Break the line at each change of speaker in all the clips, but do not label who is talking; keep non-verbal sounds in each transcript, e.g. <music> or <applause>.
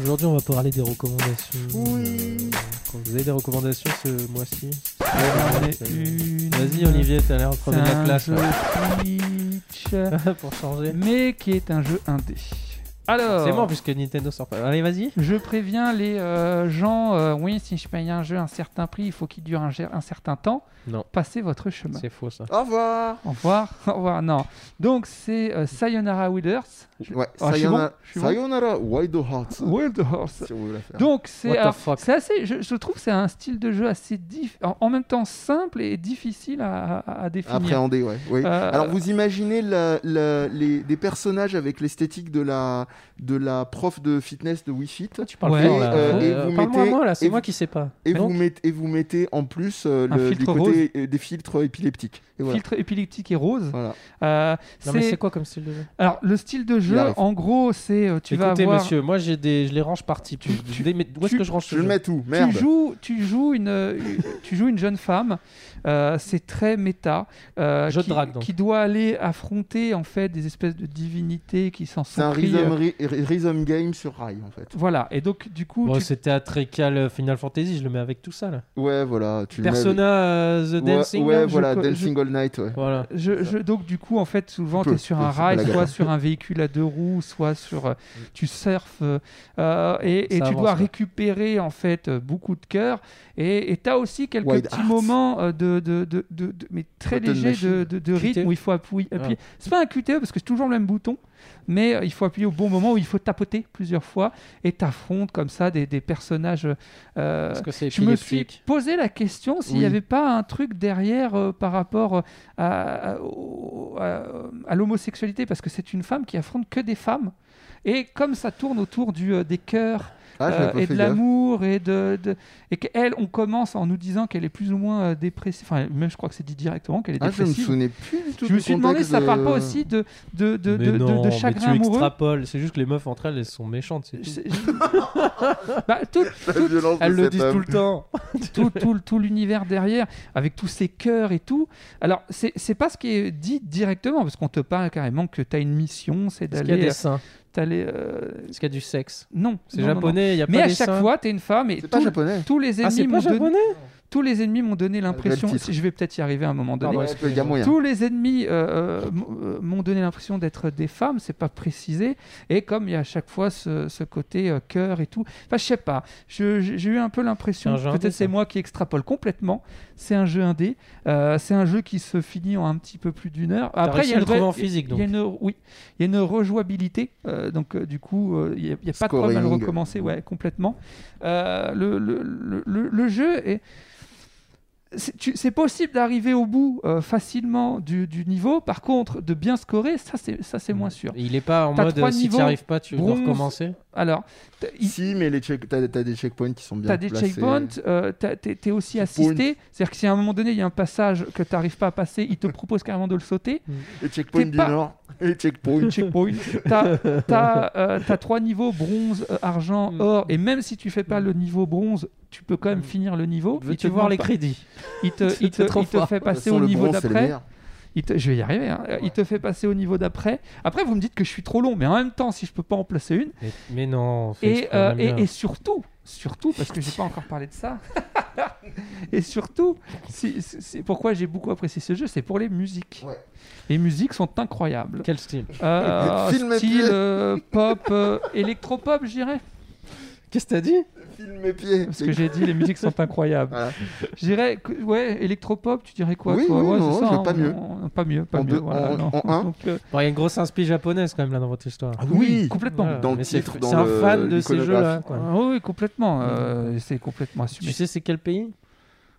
Aujourd'hui, on va parler des recommandations. Euh,
Oui.
Quand vous avez des recommandations ce mois-ci
une.
Vas-y, Olivier, t'as l'air
C'est
premier de la
un
classe
jeu Switch,
là. pour changer.
mais qui est un jeu indé. Alors,
C'est bon puisque Nintendo sort pas. Allez, vas-y.
je préviens les euh, gens, euh, oui, si je paye un jeu à un certain prix, il faut qu'il dure un, ger- un certain temps.
Non.
Passez votre chemin.
C'est faux ça.
Au revoir.
Au revoir, <laughs> au revoir. Non. Donc, c'est euh, Sayonara Wilders.
Ouais,
Ah, je suis
Sayonara,
bon, je suis bon.
Sayonara Wild Hearts.
Wilders.
Si on veut la faire.
Donc,
What
c'est
the
alors,
fuck.
c'est assez, je, je trouve que c'est un style de jeu assez dif- en, en même temps simple et difficile à, à- à définir.
Appréhender, ouais. Oui.
hein Euh,
Alors vous imaginez la- la- les, des personnages avec l'esthétique de la, de la prof de fitness de Wii Fit
Tu parles
Ouais.
fort, là.
Euh,
et vous
Parle-moi à
mettez-
moi là, c'est
et
moi
vous-
qui sais pas.
et
Donc,
vous, mettez, et vous mettez en plus euh,
Un
le,
filtre
du côté euh, des filtres épileptiques. Et voilà.
Filtre épileptique et rose.
Voilà.
Euh,
Non mais
c'est-
c'est quoi comme style de jeu
Alors, le style de jeu,
Il arrive.
en gros, c'est euh, tu vas
Écoutez
avoir.
monsieur, moi j'ai des je les range par type.
Tu-
Je les mets- Où est-ce
tu-
que je range ce
Je le
jeu
mets tout,
Tu
merde.
joues, tu, joues une, euh, tu joues une jeune femme, euh, c'est très méta, euh,
Jeu de
qui,
drague, donc.
qui doit aller affronter en fait des espèces de divinités qui s'en
C'est
sont
un
pris.
rhythm,
euh,
ry- rhythm game sur rail en fait.
Voilà, et donc du coup,
Bon,
tu-
c'est théâtrical euh, Final Fantasy, je le mets avec tout ça là.
Ouais, voilà. Tu le mets-
Persona euh, The
Ouais,
Dancing
ouais,
là, je-
voilà,
co- je-
Dancing All Night, ouais.
Voilà.
Je, je- donc du coup en fait souvent tu
Tu
es
peux,
sur
tu
un
peux, c'est
rail,
pas la
soit
gare.
sur un véhicule à deux roues, soit sur euh, tu surfes euh, euh, et, et
Ça
tu
avance,
dois
quoi.
récupérer en fait euh, beaucoup de cœur et tu as aussi quelques
Wild
petits
Hearts.
moments euh, de, de, de, de- de- mais très
Button
légers de,
machine.
de- de rythme
QTE.
où il faut appuyer.
Ah.
appuyer. C'est pas un QTE parce que c'est toujours le même bouton, mais euh, il faut appuyer au bon moment où il faut tapoter plusieurs fois et t'affrontes comme ça des, des personnages. euh,
Parce que c'est
je me suis
épileptique.
posé la question s'il n'y
Oui.
avait pas un truc derrière euh, par rapport euh, à, à- au- à- à l'homosexualité, parce que c'est une femme qui affronte que des femmes. Et comme ça tourne autour du, euh, des cœurs
Ah, j'avais
euh,
pas
et
fait
de
gaffe.
l'amour et de, de- et qu'elle, on commence en nous disant qu'elle est plus ou moins euh, dépressive. Enfin, même je crois que c'est dit directement qu'elle est
Ah, je me
dépressive.
souvenais plus du tout
Je me
du
suis demandé si ça
contexte
parle pas
de-
aussi de, de, de,
Mais
de- de- de
non, mais
chagrin
tu
amoureux.
extrapoles. C'est juste que les meufs entre elles, elles sont méchantes. c'est tout.
C'est- <laughs> Bah,
<laughs>
tout-
La violence de
Elles le
cet
disent
homme.
tout le temps.
<laughs> tout, tout, le- tout l'univers derrière, avec tous ces cœurs et tout. Alors, c'est c'est pas ce qui est dit directement, parce qu'on te parle carrément que tu as une mission, c'est
Parce qu'il y a
d'aller.
des seins.
t'aller, euh,
Parce qu'il y a du sexe.
Non,
C'est
non, non, non.
japonais, il y a
Mais
pas
à
des
chaque
seins.
fois, tu es une femme et
C'est pas
tout-
japonais.
tous les
Ah, c'est
ennemis
pas
m'ont donné,
japonais
tous les ennemis m'ont donné l'impression.
titre.
Je vais peut-être y arriver à un moment donné.
Pardon,
Ouais,
excusez-moi.
il y a moyen.
Tous les ennemis euh, euh, m- euh, m'ont donné l'impression d'être des femmes, c'est pas précisé. Et comme il y a à chaque fois ce, ce côté euh, cœur et tout, enfin je sais pas, Je- j'ai j'ai eu un peu l'impression,
C'est un jeu indé,
peut-être c'est
ça.
moi qui extrapole complètement, c'est un jeu indé, Euh, c'est un jeu qui se finit en un petit peu plus d'une heure. Après il
réussi
y
à
a une
le trouver
vraie-
en physique,
il y a une, oui, il y a une rejouabilité, euh, donc euh, du coup euh, il n'y a, il y a pas de problème à le
Scoring.
recommencer, ouais complètement. Euh, le, le- le- le- le jeu est c'est tu- c'est possible d'arriver au bout euh, facilement du, du niveau. Par contre, de bien scorer, ça c'est ça c'est moins sûr.
Il est pas en
T'as
mode
trois
euh, si
niveaux,
t'y arrives pas, tu dois
bronze,
recommencer.
Alors, t'as il-
Si, mais les check... t'as, t'as des checkpoints qui sont bien
t'as des
placés.
checkpoints, euh, t'as- t'es t'es aussi assisté. C'est-à-dire que si à un moment donné il y a un passage que t'arrives pas à passer, il te propose carrément de le
<laughs>
sauter.
Les checkpoints
T'es
du
pas-
Nord. Les checkpoints.
Checkpoint. T'as t'as, euh, t'as trois niveaux bronze, euh, argent,
Mm.
or. Et même si tu fais pas le niveau bronze, tu peux quand même
Mm.
finir le niveau. Il
Veux-tu
te
voir
demande
les
pas-
crédits
Il te,
<laughs>
il te-
C'était trop
il te
fort.
fait
De toute
passer
façon,
au
le
niveau
bronze, c'est le
d'après.
meilleur.
Il te- Je vais y arriver. hein. Il te fait passer au niveau d'après. Après, vous me dites que je suis trop long, mais en même temps, si je peux pas en placer une.
Mais, mais non, fais
Et,
exprès,
euh,
on aime
et,
bien.
et surtout, surtout, parce que j'ai pas encore parlé de ça. <laughs> et surtout, si- si- c'est pourquoi j'ai beaucoup apprécié ce jeu, c'est pour les musiques.
Ouais.
Les musiques sont
<laughs>
incroyables.
Quel style
Euh,
Film et
style
pied.
euh, pop, euh, électropop, je dirais.
Qu'est-ce que t'as dit
Filme mes pieds.
Parce que j'ai dit, les musiques sont incroyables.
Voilà.
Je dirais, que- ouais, électropop, tu dirais quoi
Oui,
toi
oui,
Ouais,
non,
c'est ça,
je-
hein,
pas
on-
mieux.
on- pas mieux, pas
En
mieux.
deux-
voilà,
en-
non.
en
<laughs>
un.
Donc, euh,
Bon, Il y a une grosse inspi japonaise quand même là dans votre histoire.
Ah
oui, complètement.
Voilà,
Dans le
mais c'est
titre, dans
c'est un
le-
fan de ces
l'iconographie.
jeux-là. quoi.
Ah oui, complètement. euh, c'est complètement
Tu
assumé.
sais c'est quel pays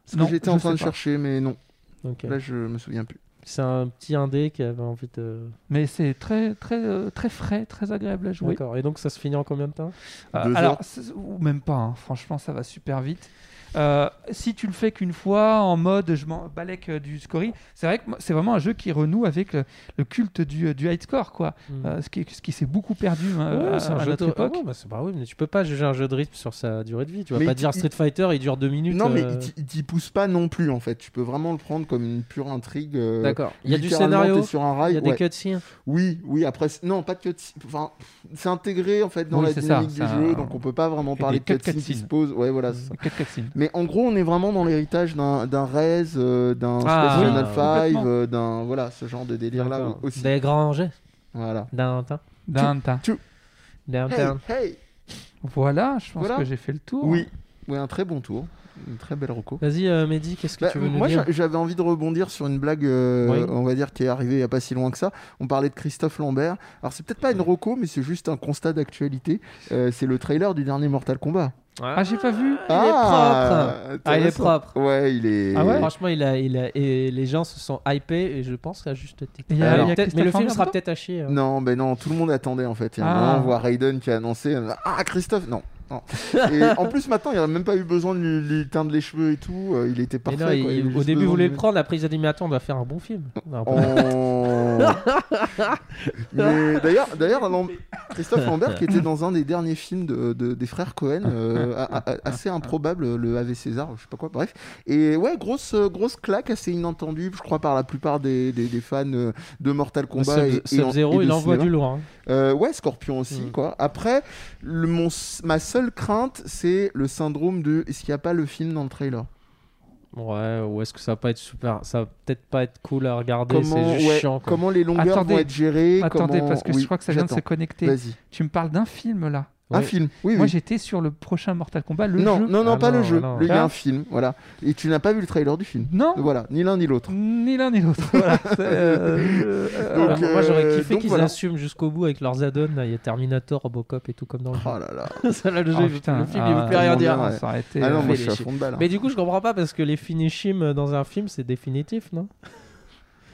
Parce que
Non,
j'étais
je
en train
sais
de
pas.
chercher, mais non.
Ok.
Là, je me souviens plus.
C'est un petit indé qui avait envie de.
Mais c'est très, très, euh, très frais, très agréable à jouer.
D'accord. Et donc ça se finit en combien de temps
Euh,
Deux
alors,
heures.
c'est- ou même pas. hein, Franchement, ça va super vite. Euh, si tu le fais qu'une fois en mode je m'en balèque euh, du scoring, c'est vrai que moi, c'est vraiment un jeu qui renoue avec le, le culte du, euh, du high score, quoi. Euh, ce qui, ce qui s'est beaucoup perdu hein,
Ouais,
à,
c'est un
à
jeu
notre
de-
époque.
Ah ouais, bah c'est pas oui, mais tu peux pas juger un jeu de rythme sur sa durée de vie. Tu vas
Mais
pas
il-
dire
il-
Street Fighter, il dure deux minutes.
non, mais
euh,
il t'y- il t'y pousse pas non plus, en fait. Tu peux vraiment le prendre comme une pure intrigue. euh,
D'accord. Il y a du
littéralement,
scénario,
t'es sur un
il
rail.
y a des
ouais.
cutscenes.
Oui, oui, après, c'est- non, pas de cutscene. Enfin, c'est intégré en fait dans
Oui,
la
c'est ça, euh,
dynamique du
c'est un-
jeu, donc on peut pas vraiment
Et
parler de
des Mm. quatre
cutscenes qui se
cutscenes.
posent. Ouais, voilà. c'est ça.
Quatre
<laughs>
cutscenes.
Mais en gros, on est vraiment dans l'héritage d'un d'un Rez, euh, d'un
Ah,
Space
oui,
Channel
complètement.
5, euh, d'un. Voilà, ce genre de délire là
D'accord.
aussi.
Des grands jets.
Voilà.
D'un teint.
D'un tas.
D'un
Hey,
teint.
hey
Voilà, je pense
Voilà.
que j'ai fait le tour.
Oui, ouais, un très bon tour. Une très belle reco.
Vas-y, euh, Mehdi, qu'est-ce que
Bah,
tu veux nous
moi,
dire
j'a- j'avais envie de rebondir sur une blague, euh,
Oui.
on va dire, qui est arrivée il n'y a pas si loin que ça. On parlait de Christophe Lambert. Alors, c'est peut-être pas une reco, mais c'est juste un constat d'actualité. Euh, c'est le trailer du dernier Mortal Kombat.
Ah, j'ai pas vu.
Il est propre. Ah, il est
intéressant.
propre.
Ouais, il est.
Ah ouais
Franchement, il a, il a- et les gens se sont hypés, et je pense qu'à juste titre.
Il y
a-
Alors,
il y
a
peut-être- mais le
Christophe
film
Lambert
sera
dedans
peut-être haché. euh.
Non, ben non, tout le monde attendait en fait. Il y a un
Ah.
moment, on voit Raiden qui a annoncé euh, Ah, Christophe Non. non.
<laughs>
Et en plus, maintenant, il n'a même pas eu besoin de lui, lui teindre les cheveux et tout. euh, Il était
Mais
parfait.
non, il-
quoi. Il avait
au début,
juste
vous
besoin de
voulez
lui-
prendre, après, ils ont dit Mais attends, on doit faire un bon film. Bah, Non, pas-
Oh. <laughs> Mais d'ailleurs, d'ailleurs, Lam- Christophe Lambert qui était dans un des derniers films de, de- des frères Cohen, euh, a- a- assez improbable, le Ave César, je sais pas quoi, bref. Et ouais, grosse euh, grosse claque, assez inattendue, je crois par la plupart des, des- des fans euh, de Mortal Kombat. et-
Bah, Sub-
et en- et
Sub-Zero,
de
il envoie
cinéma.
du lourd. hein.
Euh, ouais, Scorpion aussi,
Mm.
quoi. Après, le, mon, ma seule crainte, c'est le syndrome de est-ce qu'il n'y a pas le film dans le trailer
Ouais, ou est-ce que ça va pas être super Ça va peut-être pas être cool à regarder,
Comment,
c'est juste
ouais,
chiant. quoi.
comment les longueurs
Attendez.
vont être gérées
Attendez,
comment-
parce que
oui,
je crois que ça vient de se
j'attends.
connecter.
Vas-y.
Tu me parles d'un film là.
Un
Ouais.
film, oui,
Moi
oui.
j'étais sur le prochain Mortal Kombat, le
non,
jeu.
non, non,
Ah
pas
non,
le jeu.
non.
Le- Il y a
Ah.
un film, voilà. Et tu n'as pas vu le trailer du film.
Non,
Voilà, ni l'un ni l'autre.
ni l'un ni l'autre.
<laughs>
Voilà, c'est, euh, euh,
Donc,
Alors, moi j'aurais
euh,
kiffé
donc
qu'ils
voilà.
assument jusqu'au bout avec leurs add-ons. là, Il y a Terminator, Robocop et tout comme dans le
Oh là là.
<laughs> jeu. Ça, là, le, jeu,
oh,
il-
putain,
le film
ah,
il veut plus rien
tellement
dire.
bien. ouais.
Ça aurait été.
Ah
euh,
non, moi
mais
je suis
les
à fond de balle. hein.
Mais du coup je comprends pas parce que les finishim euh, dans un film c'est définitif non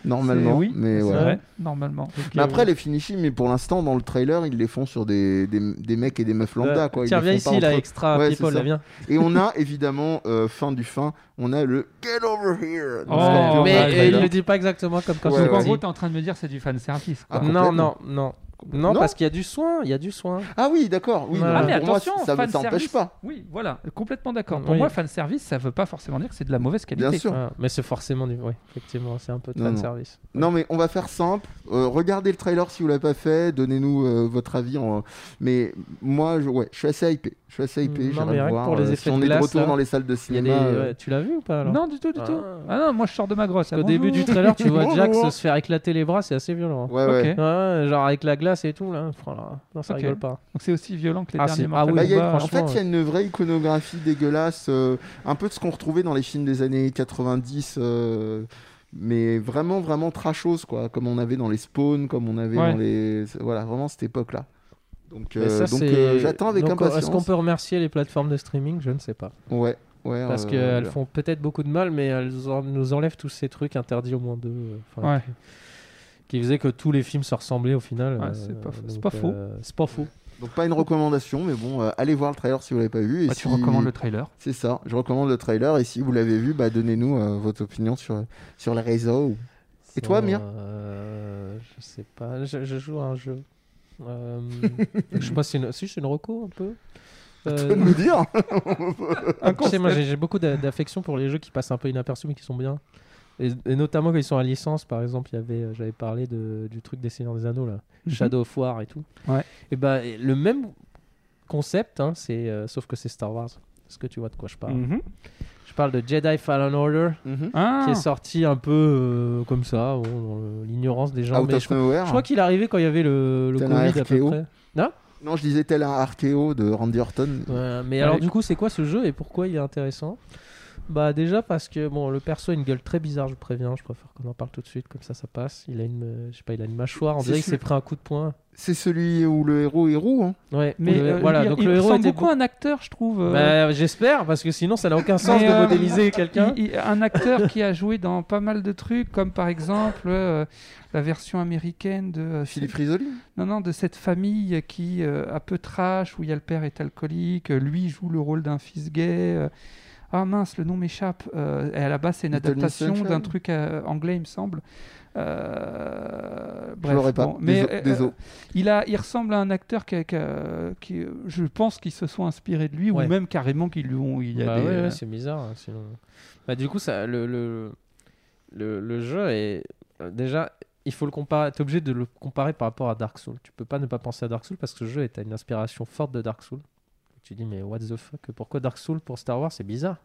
Normalement,
c'est- oui,
mais
c'est
ouais.
vrai, normalement. euh,
Mais après, les finishing, mais pour l'instant, dans le trailer, ils les font sur des, des, des mecs et des meufs lambda. Quoi. Ils
Tiens
les
viens
font pas
ici là
entre eux.
extra
Ouais, c'est
people
ça.
là viens.
Et on a évidemment, euh, fin du fin, on a le Get over here.
Oh,
Scorpion
mais
bah,
dans
euh,
le
il
trailer.
le dit pas exactement comme quand
Ouais,
il
Donc
le
en
dit.
gros, t'es en train de me dire c'est du fan service.
Ah,
non non
complètement.
non non
Non
parce qu'il y a du soin il y a du soin.
Ah oui, d'accord. Oui,
Voilà.
non,
Ah, mais
pour moi, ça ça
service-
n'empêche pas.
Oui, voilà, complètement d'accord. Pour
Oui.
moi, fan service, ça veut pas forcément dire que c'est de la mauvaise qualité.
Bien sûr.
Ah, mais c'est forcément du ouais effectivement c'est un peu de
Non,
fan
non.
service.
Non mais on va faire simple. Euh, regardez le trailer si vous l'avez pas fait. Donnez-nous euh, votre avis. en- Mais moi, je, ouais, je suis assez hypé. Je suis assez hypé.
Non,
J'irai
mais rien que
voir.
pour les
euh, si
effets
on
de
est de
glace,
retour
là,
dans les salles de
Il y a
cinéma.
des-
euh,
ouais, tu l'as vu ou pas alors
Non, du tout, du tout.
Ah.
Ah non, moi je sors de ma grosse. Oh,
Parce qu'au début du trailer, tu
<laughs>
vois Jack se faire éclater les bras, c'est assez violent. hein.
ouais, ouais.
Ok.
Ouais, genre avec la glace et tout, là. Franchement, là, Non, ça
Ok.
rigole pas.
Donc c'est aussi violent que les
Ah,
derniers
c'est-
Mortal
ah oui,
Bah, il y a-
bah,
Kombat.
en fait,
franchement,
il y a une vraie iconographie dégueulasse, euh, un peu de ce qu'on retrouvait dans les films des années 90, euh, mais vraiment, vraiment trashos, quoi, comme on avait dans les Spawn, comme on avait
Ouais.
dans les. Voilà, vraiment cette époque-là. Donc,
Mais
euh,
ça,
donc
c'est-
euh, j'attends avec
Donc,
impatience.
Est-ce qu'on peut remercier les plateformes de streaming Je ne sais pas.
Ouais, ouais.
Parce
euh,
qu'elles font peut-être beaucoup de mal, mais elles en- nous enlèvent tous ces trucs interdits au moins deux. euh, enfin,
Ouais.
Qui faisaient que tous les films se ressemblaient au final.
Ouais, c'est pas- c'est pas faux.
euh, c'est pas faux.
Donc pas une recommandation, mais bon, euh, allez voir le trailer si vous l'avez pas vu. Et
Bah,
si-
tu recommandes le <laughs> trailer.
C'est ça, je recommande le trailer et si vous l'avez vu, bah donnez-nous euh, votre opinion sur, sur les réseaux. ou- Et toi, Amir
Euh, Je sais pas. Je, je joue à un jeu.
<laughs>
Euh, je sais pas si c'est une... si c'est une reco un peu. Euh, <laughs>
Nous dire
Tu sais, moi j'ai j'ai beaucoup d'a- d'affection pour les jeux qui passent un peu inaperçus mais qui sont bien. Et, et notamment quand ils sont à licence, par exemple, il y avait, euh, j'avais parlé de- du truc des Seigneurs des Anneaux, là, Shadow of War et tout.
Mhm. Ouais.
Et bah, et le même concept, hein, c'est, euh, sauf que c'est Star Wars. Est-ce que tu vois de quoi je parle
Mhm.
Je parle de Jedi Fallen Order,
Mhm.
Ah,
qui est sorti un peu euh, comme ça, bon, dans le- l'ignorance des gens.
Out
mais
of
je, crois-
nowhere.
je crois qu'il est arrivé quand il y avait le, le
T'as un
Covid à peu
RKO.
près.
Non, je disais tel un Archeo de Randy Orton.
Ouais, mais alors
Ouais.
du coup, c'est quoi ce jeu et pourquoi il est intéressant Bah déjà parce que bon, le perso a une gueule très bizarre, je vous préviens, je préfère qu'on en parle tout de suite comme ça ça passe. Il a une euh, je sais pas, il a une mâchoire, on
C'est
dirait qu'il
celui-
s'est pris un coup de poing.
C'est celui où le héros est roux. Hein.
Ouais,
mais
le-
euh,
voilà,
il,
donc
il
le héros
ressemble
était
beaucoup à un acteur, je trouve.
beau-
euh,
Bah, j'espère parce que sinon ça n'a aucun sens
Mais,
de
euh,
modéliser quelqu'un.
<laughs> il- il- un acteur qui a joué dans pas mal de trucs, comme par exemple euh, la version américaine de euh,
Philippe Risoli.
Non, non, de cette famille qui euh, un peu trash, où il y a le père est alcoolique, euh, lui joue le rôle d'un fils gay. euh. Ah mince, le nom m'échappe. euh, et à la base, c'est une
Little Miss
adaptation
Sunshine
d'un truc euh, anglais, il me semble. Euh,
Je l'aurais pas.
bon,
mais
euh,
Désolé.
il, a, il ressemble à un acteur qui, a- qui a- qui, euh, je pense qu'ils se sont inspirés de lui,
Ouais.
ou même carrément qu'ils lui ont. Il y a
Bah
des,
ouais, ouais,
euh,
c'est bizarre hein, sinon. Bah du coup ça le le le, le jeu est euh, déjà, il faut le comparer. T'es obligé de le comparer par rapport à Dark Souls. Tu peux pas ne pas penser à Dark Souls parce que ce jeu est à une inspiration forte de Dark Souls. Tu dis mais what the fuck Pourquoi Dark Souls pour Star Wars C'est bizarre.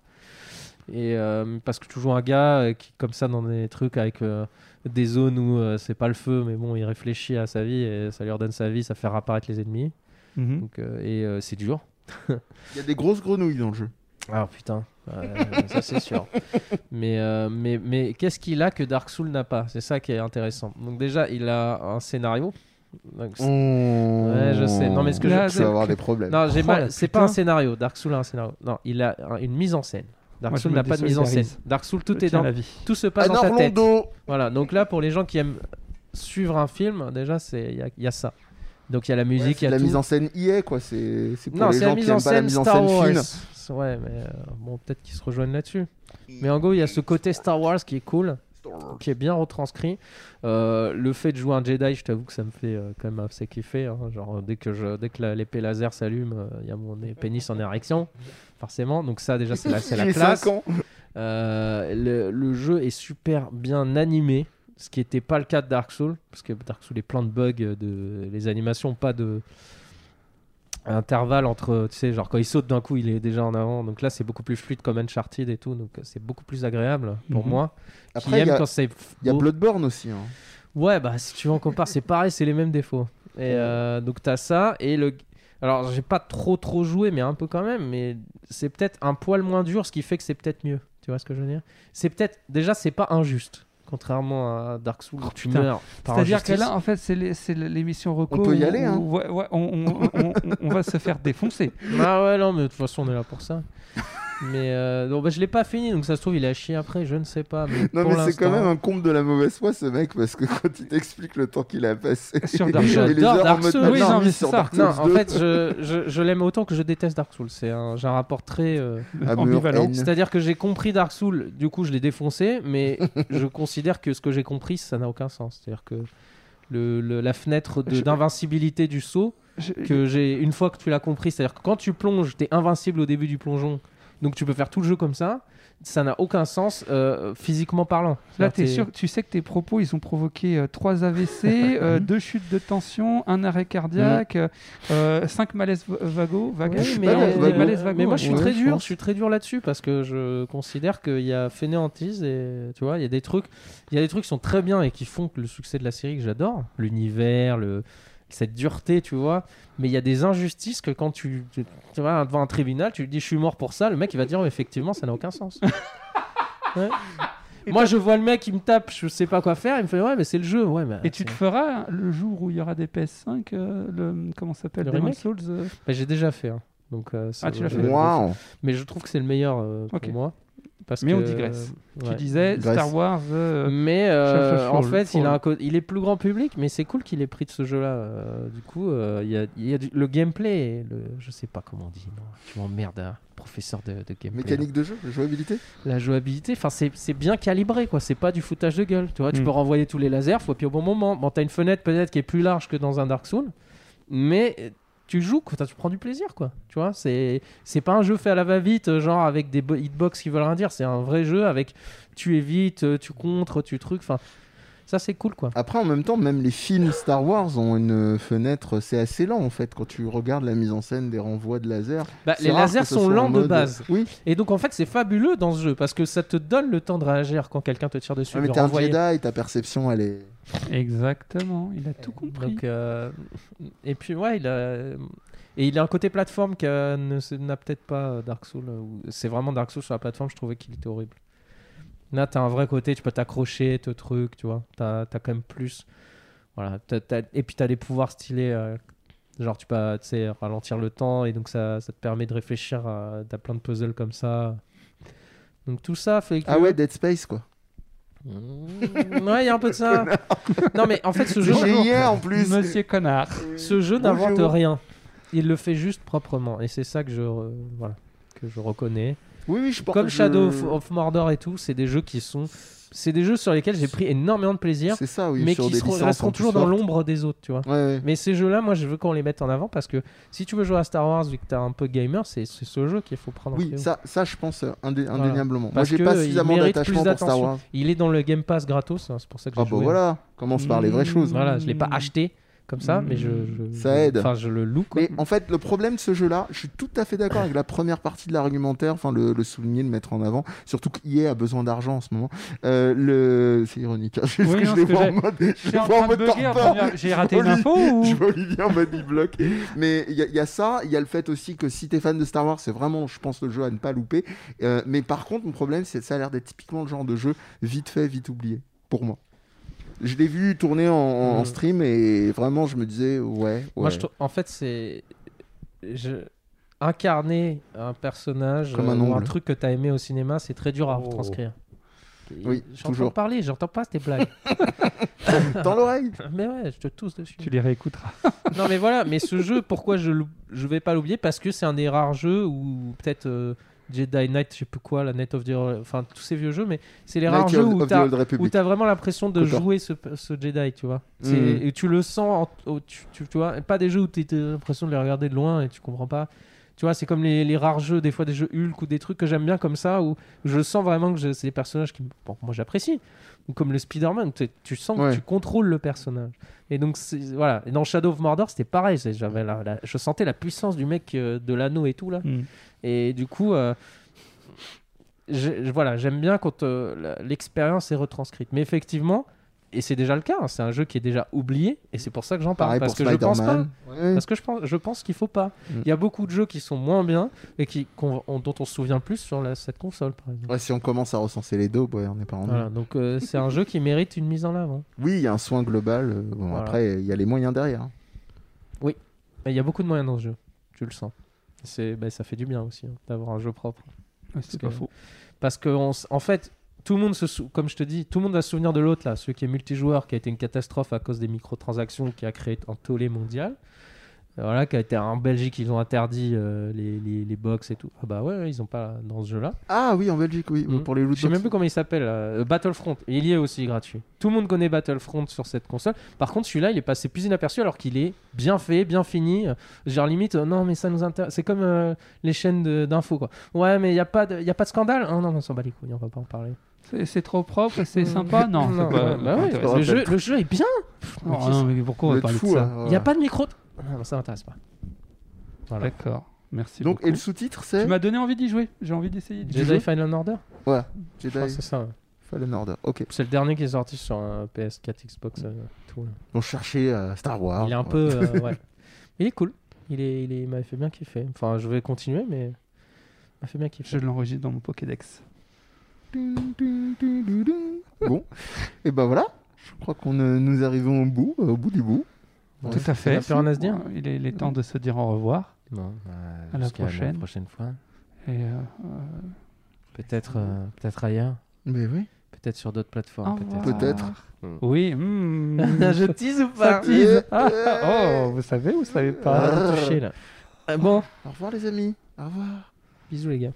Et euh, parce que tu joues un gars euh, qui comme ça dans des trucs avec euh, des zones où euh, c'est pas le feu, mais bon, il réfléchit à sa vie et ça lui redonne sa vie, ça fait réapparaître les ennemis.
Mhm.
Donc, euh, et euh, c'est dur.
Il y a des grosses grenouilles dans le jeu.
Ah putain, Ouais, ça c'est sûr. Mais, euh, mais, mais qu'est-ce qu'il a que Dark Souls n'a pas C'est ça qui est intéressant. Donc déjà, il a un scénario. Donc, c'est- Ouais, je sais. Non, mais ce que
Là,
je...
Oh. Ça va avoir des problèmes.
Non, j'ai
Oh
mal.
la
C'est pas un
putain.
scénario. Dark Souls a un scénario. Non, il a un- une mise en scène. Dark
Moi, je
Souls
me
n'a pas de mise en scène.
désolidarise.
Dark Souls,
Je
tout est
tiens
dans,
la vie.
tout se passe
Un
dans ta tête.
Orlando
Voilà. Donc là, pour les gens qui aiment suivre un film, déjà, c'est il y a- il y, a ça. Donc il y a la
Ouais,
musique, il
c'est
y a
la
tout.
mise en scène y est quoi. C'est c'est pour
Non,
les
c'est la
gens qui
mise en
aiment pas la
scène
mise en
Star
scène
Wars.
fine.
Ouais, mais euh, bon, peut-être qu'ils se rejoignent là-dessus. Mais en gros, il y a ce côté Star Wars qui est cool, qui est bien retranscrit. Euh, le fait de jouer un Jedi, je t'avoue que ça me fait euh, quand même assez kiffer. hein. Genre, euh, dès que, je, dès que la- l'épée laser s'allume, euh, il y a mon pénis en érection, forcément. Donc, ça, déjà, c'est la,
<laughs>
c'est la
J'ai
classe.
5 ans.
Euh, le, le jeu est super bien animé, ce qui n'était pas le cas de Dark Souls, parce que Dark Souls est plein de bugs, euh, de, les animations, pas de intervalle entre, tu sais, genre quand il saute d'un coup, il est déjà en avant, donc là c'est beaucoup plus fluide comme Uncharted et tout, donc euh, c'est beaucoup plus agréable pour
Mhm.
moi. Qui
Après, il
aime
y a-
quand c'est
il y a
beau.
Bloodborne aussi. hein.
Ouais, bah si tu en compares, c'est pareil, c'est les mêmes défauts. Et euh, donc t'as ça et le. Alors j'ai pas trop trop joué, mais un peu quand même. Mais c'est peut-être un poil moins dur, ce qui fait que c'est peut-être mieux. Tu vois ce que je veux dire C'est peut-être déjà c'est pas injuste, contrairement à Dark Souls. où Oh, tu
putain.
meurs. par
C'est-à-dire que
injustice.
là, en fait, c'est les- c'est l'émission reco.
On peut y
où-
aller, hein.
où- ouais, ouais, on, on- on- on- on va se faire
<laughs>
défoncer.
Ah ouais non, mais de toute façon on est là pour ça. <laughs> mais euh, non, bah, je l'ai pas fini, donc ça se trouve il a chié après, je ne sais pas. Mais
Non,
pour
mais c'est quand
l'instant-
même un comble de la mauvaise foi, ce mec, parce que <laughs> quand il t'explique le temps qu'il a passé.
Sur Dark
et
Souls.
les
J'adore
heures en
Dark
mode
Souls.
Mad
Oui, non,
Max
mais c'est
sur
ça.
Dark Souls
Non, en
2.
fait, je, je, je l'aime autant que je déteste Dark Souls. C'est un, j'ai un rapport très. euh,
Amour,
ambivalent.
haine.
C'est-à-dire que j'ai compris Dark Souls, du coup je l'ai défoncé,
<laughs>
mais je considère que ce que j'ai compris, ça n'a aucun sens. C'est-à-dire que le, le- la fenêtre de-
Je-
d'invincibilité du saut,
Je-
que j'ai une fois que tu l'as compris, c'est-à-dire que quand tu plonges, t'es invincible au début du plongeon, donc tu peux faire tout le jeu comme ça, ça n'a aucun sens euh, physiquement parlant.
Là,
C'est-à-dire
t'es
t'es-
sûr, tu sais que tes propos, ils ont provoqué euh, 3
<laughs>
AVC, 2 euh, chutes de tension, un arrêt cardiaque, 5 malaises va- vagos.
Mm. Oui,
vagos.
mais,
pas
Des
vago.
malaises vagos,
mais moi
hein.
je suis
ouais,
très
je
dur,
pense.
je suis très dur là-dessus parce que je considère qu'il y a fainéantise et tu vois, il y a des trucs, il y a des trucs qui sont très bien et qui font que le succès de la série que j'adore, l'univers, le cette dureté, tu vois, mais il y a des injustices que quand tu tu, tu vas devant un tribunal, tu lui dis je suis mort pour ça, le mec il va dire effectivement ça n'a aucun
<laughs>
sens. Ouais. Moi je vois le mec il me tape, je sais pas quoi faire, il me fait ouais mais c'est le jeu, ouais mais
Et tu te
c'est-
feras hein, le jour où il y aura des PS5, euh, le comment ça s'appelle
Le
Demon's
remake
Souls. euh,
Bah, j'ai déjà fait hein. donc euh, ça-
Ah, tu l'as fait.
je-
Waouh
mais je trouve que c'est le meilleur euh, pour
Ok.
moi. Parce
Mais on
que- euh,
digresse.
ouais.
Tu disais
Grèce.
Star Wars. euh,
Mais euh,
Chef, chef,
en
chef,
fait,
chef.
il, a un co- il est plus grand public, mais c'est cool qu'il ait pris de ce jeu-là. euh, du coup, euh, il y a, il y a du- le gameplay, et le... je sais pas comment on dit. non, tu m'emmerdes, hein, professeur de, de gameplay.
Mécanique de jeu, jouabilité
là. La jouabilité, enfin, c'est c'est bien calibré, quoi. C'est pas du foutage de gueule. Tu vois, tu
Mm.
peux renvoyer tous les lasers, faut appuyer au bon moment. Bon, t'as une fenêtre peut-être qui est plus large que dans un Dark Souls, mais euh, tu joues, quoi, t'as- tu prends du plaisir, quoi. Tu vois, c'est c'est pas un jeu fait à la va-vite, euh, genre avec des bo- hitbox qui veulent rien dire. C'est un vrai jeu avec tu évites, euh, tu contres, tu trucs. Enfin, ça c'est cool, quoi.
Après, en même temps, même les films Star Wars ont une fenêtre, c'est assez lent en fait, quand tu regardes la mise en scène des renvois de laser.
Bah,
C'est
les
rare
lasers
que ce
sont
soit en
lents de
mode-
base.
Oui,
euh, Et donc en fait, c'est fabuleux dans ce jeu parce que ça te donne le temps de réagir quand quelqu'un te tire dessus.
Ah, mais
de
t'es un
renvoyer.
Jedi, ta perception elle est.
Mm.
Exactement, il a tout compris.
Donc, euh, et puis ouais, il a et il a un côté plateforme que ne se- n'a peut-être pas euh, Dark Souls. euh, ou- C'est vraiment Dark Souls sur la plateforme. Je trouvais qu'il était horrible. Là, t'as un vrai côté, tu peux t'accrocher, te truc, tu vois. T'as as quand même plus. Voilà. t'as- t'as- et puis t'as des pouvoirs stylés. euh, genre, tu peux tu sais, ralentir le temps et donc ça, ça te permet de réfléchir. à- T'as plein de puzzles comme ça. Donc tout ça fait que.
Ah ouais, Dead Space quoi.
Mmh, <laughs> ouais, il y a un peu de ça. non, mais en fait, ce jeu.
J'ai hier en plus.
Monsieur Connard.
Ce jeu
Bonjour.
n'invente rien. Il le fait juste proprement. Et c'est ça euh, que je, re- voilà, que je reconnais.
Oui, oui, je pense
Comme
je-
Shadow of- of Mordor et tout, c'est des jeux qui sont. C'est des jeux sur lesquels j'ai pris énormément de plaisir,
C'est ça, oui.
mais
sur
qui
des
se-
licences en
resteront
plus
toujours dans
fortes.
l'ombre des autres, tu vois.
Ouais, ouais.
Mais ces jeux-là, moi, je veux qu'on les mette en avant parce que si tu veux jouer à Star Wars, vu que t'es un peu gamer, c'est c'est ce jeu qu'il faut prendre en
Oui,
priorité.
ça, ça, je pense euh, indé-
Voilà.
indéniablement.
Parce que,
Moi, j'ai pas
euh, il
suffisamment
mérite
d'attachement
plus
pour Star
d'attention.
Wars.
Il est dans le Game Pass gratos, hein, c'est pour ça que j'ai
Ah bah
joué. Mmh.
voilà, commence par les vraies choses.
Voilà, je l'ai pas acheté comme ça,
Mmh.
mais je, je-
Ça
je-
aide.
Enfin, je le loue quoi.
Mais en fait, le problème de ce jeu-là, je suis tout à fait d'accord avec la première partie de l'argumentaire, enfin le, le souligner, le mettre en avant, surtout qu'IA a besoin d'argent en ce moment. Euh, le... C'est ironique, hein, <laughs> c'est
Oui,
ce que
non,
je
parce
les
que
vois en
j'ai-
mode, je
Je
les
suis en
vois en
train de
mode
bugger,
torpeur.
première- J'ai raté
Je
une
vois
info ou...
<laughs> Je vois Olivier en mode il bloque. Mais il y, a- il y a ça, il y a le fait aussi que si t'es fan de Star Wars, c'est vraiment, je pense, le jeu à ne pas louper. Euh, mais par contre, mon problème, c'est que ça a l'air d'être typiquement le genre de jeu vite fait, vite oublié, pour moi. Je l'ai vu tourner en, en
Euh.
Mm.
stream et vraiment, je me disais, ouais, ouais.
Moi, je trou- en fait, c'est je- incarner un personnage
Comme
euh,
un
ou un
ongle.
truc que t'as aimé au cinéma, c'est très dur à
Oh.
retranscrire.
Oui,
j'entends
toujours.
parler, j'entends pas tes <laughs> blagues.
Dans l'oreille
mais ouais, je te tousse dessus.
Tu les réécouteras.
Non mais voilà, mais ce jeu, pourquoi je l'ou- je vais pas l'oublier Parce que c'est un des rares jeux où peut-être euh, Jedi Knight, je sais plus quoi, la Night of the, enfin tous ces vieux jeux, mais c'est les rares
Knight
jeux
of-
où
of the
t'as
Old Republic.
où t'as vraiment l'impression de
Cotor.
jouer ce, ce Jedi, tu vois. C'est-
Mhm.
Et tu le sens, en- au- tu, tu- tu vois, et pas des jeux où t'as l'impression de les regarder de loin et tu comprends pas. Tu vois, c'est comme les, les rares jeux, des fois des jeux Hulk ou des trucs que j'aime bien comme ça, où je sens vraiment que je- c'est des personnages qui, me- bon, moi j'apprécie. Ou comme le Spider-Man, tu- tu sens
Ouais.
que tu contrôles le personnage. Et donc, c'est- voilà. Et dans Shadow of Mordor, c'était pareil. c'est- j'avais la- la- je sentais la puissance du mec euh, de l'anneau et tout, là.
Hmm.
Et du coup, euh, je- je- voilà, j'aime bien quand euh, la- l'expérience est retranscrite. Mais effectivement, et c'est déjà le cas, hein, c'est un jeu qui est déjà oublié, et c'est pour ça que j'en parle.
Pareil
parce
pour
que je pense pas.
Spider-Man. Ouais.
Parce que je pense, je pense qu'il faut pas.
Mm.
Il y a beaucoup de jeux qui sont moins bien et qui, qu'on- on- dont on se souvient plus sur la- cette console, par exemple.
Ouais, si on commence à recenser les dos, ouais, on n'est pas rendu.
Voilà, donc euh, c'est un jeu qui mérite une mise en avant.
Oui, il y a un soin global. euh, bon,
Voilà.
Après, il y a les moyens derrière.
Et il y a beaucoup de moyens dans ce jeu, tu le sens. C'est, ben, ça fait du bien aussi hein, d'avoir un jeu propre.
Ah, C'est
pas
pas
faux.
faux.
Parce que, on s- en fait, tout le monde se sou- comme je te dis, tout le monde va se souvenir de l'autre, là, celui qui est multijoueur, qui a été une catastrophe à cause des microtransactions, qui a créé un tollé mondial. Euh, Voilà, qui a été en Belgique, ils ont interdit euh, les, les, les box et tout. Ah bah ouais, ouais, ils ont pas dans ce jeu-là.
Ah oui, en Belgique, oui,
Mhm.
pour les loot
Je sais
box.
même plus comment il s'appelle. euh, Battlefront, il y est aussi gratuit. Tout le monde connaît Battlefront sur cette console. Par contre, celui-là, il est passé plus inaperçu alors qu'il est bien fait, bien fini. Euh, Genre limite, euh, non mais ça nous intéresse. C'est comme euh, les chaînes de- d'infos quoi. Ouais, mais il y a pas de, y a pas de scandale. Ah non, on s'en bat les couilles, on va pas en parler.
C'est- C'est trop propre, c'est sympa Non,
Non,
c'est pas...
bah ouais,
intéressant.
le, jeu, le jeu est bien.
Non, non, mais pourquoi on
Le
va parler
fou,
de ça
hein,
Il
voilà.
y a pas de micro. Ah non, ça m'intéresse pas. Voilà.
D'accord, merci
Donc,
beaucoup.
et le sous-titre, c'est
Tu m'as donné envie d'y jouer, j'ai envie d'essayer d'y
Jedi
jouer.
Final Order Je crois que
Jedi
c'est ça. ouais.
Fallen Order. Ok.
C'est le dernier qui est sorti sur euh, PS4, Xbox, euh, tout. là.
On cherchait euh, Star
Ah,
Wars.
il est un
Ouais.
peu.
<laughs>
euh, ouais. Il est cool. Il, est, il, est, il m'avait fait bien kiffer. Enfin, je vais continuer, mais. Il m'a fait bien
Je
kiffer.
l'enregistre dans mon Pokédex.
Bon, et ben voilà, je crois qu'on euh, nous arrivons au bout, euh, au bout du bout. Ouais.
Tout à
On
fait.
a plus rien à se dire
Bon, Il est, il est temps de se dire au revoir.
Non.
À la bah, jusqu'à la prochaine.
fois.
Et euh, euh,
Peut-être euh, peut-être ailleurs.
Mais oui.
Peut-être sur d'autres
au
plateformes.
revoir.
Peut-être.
Oui, hmm.
<laughs> je tease ou pas
Ça tease.
Ah,
Oh, vous savez, vous savez pas.
Touché là. Euh, Bon,
Au revoir les amis. Au revoir.
bisous les gars.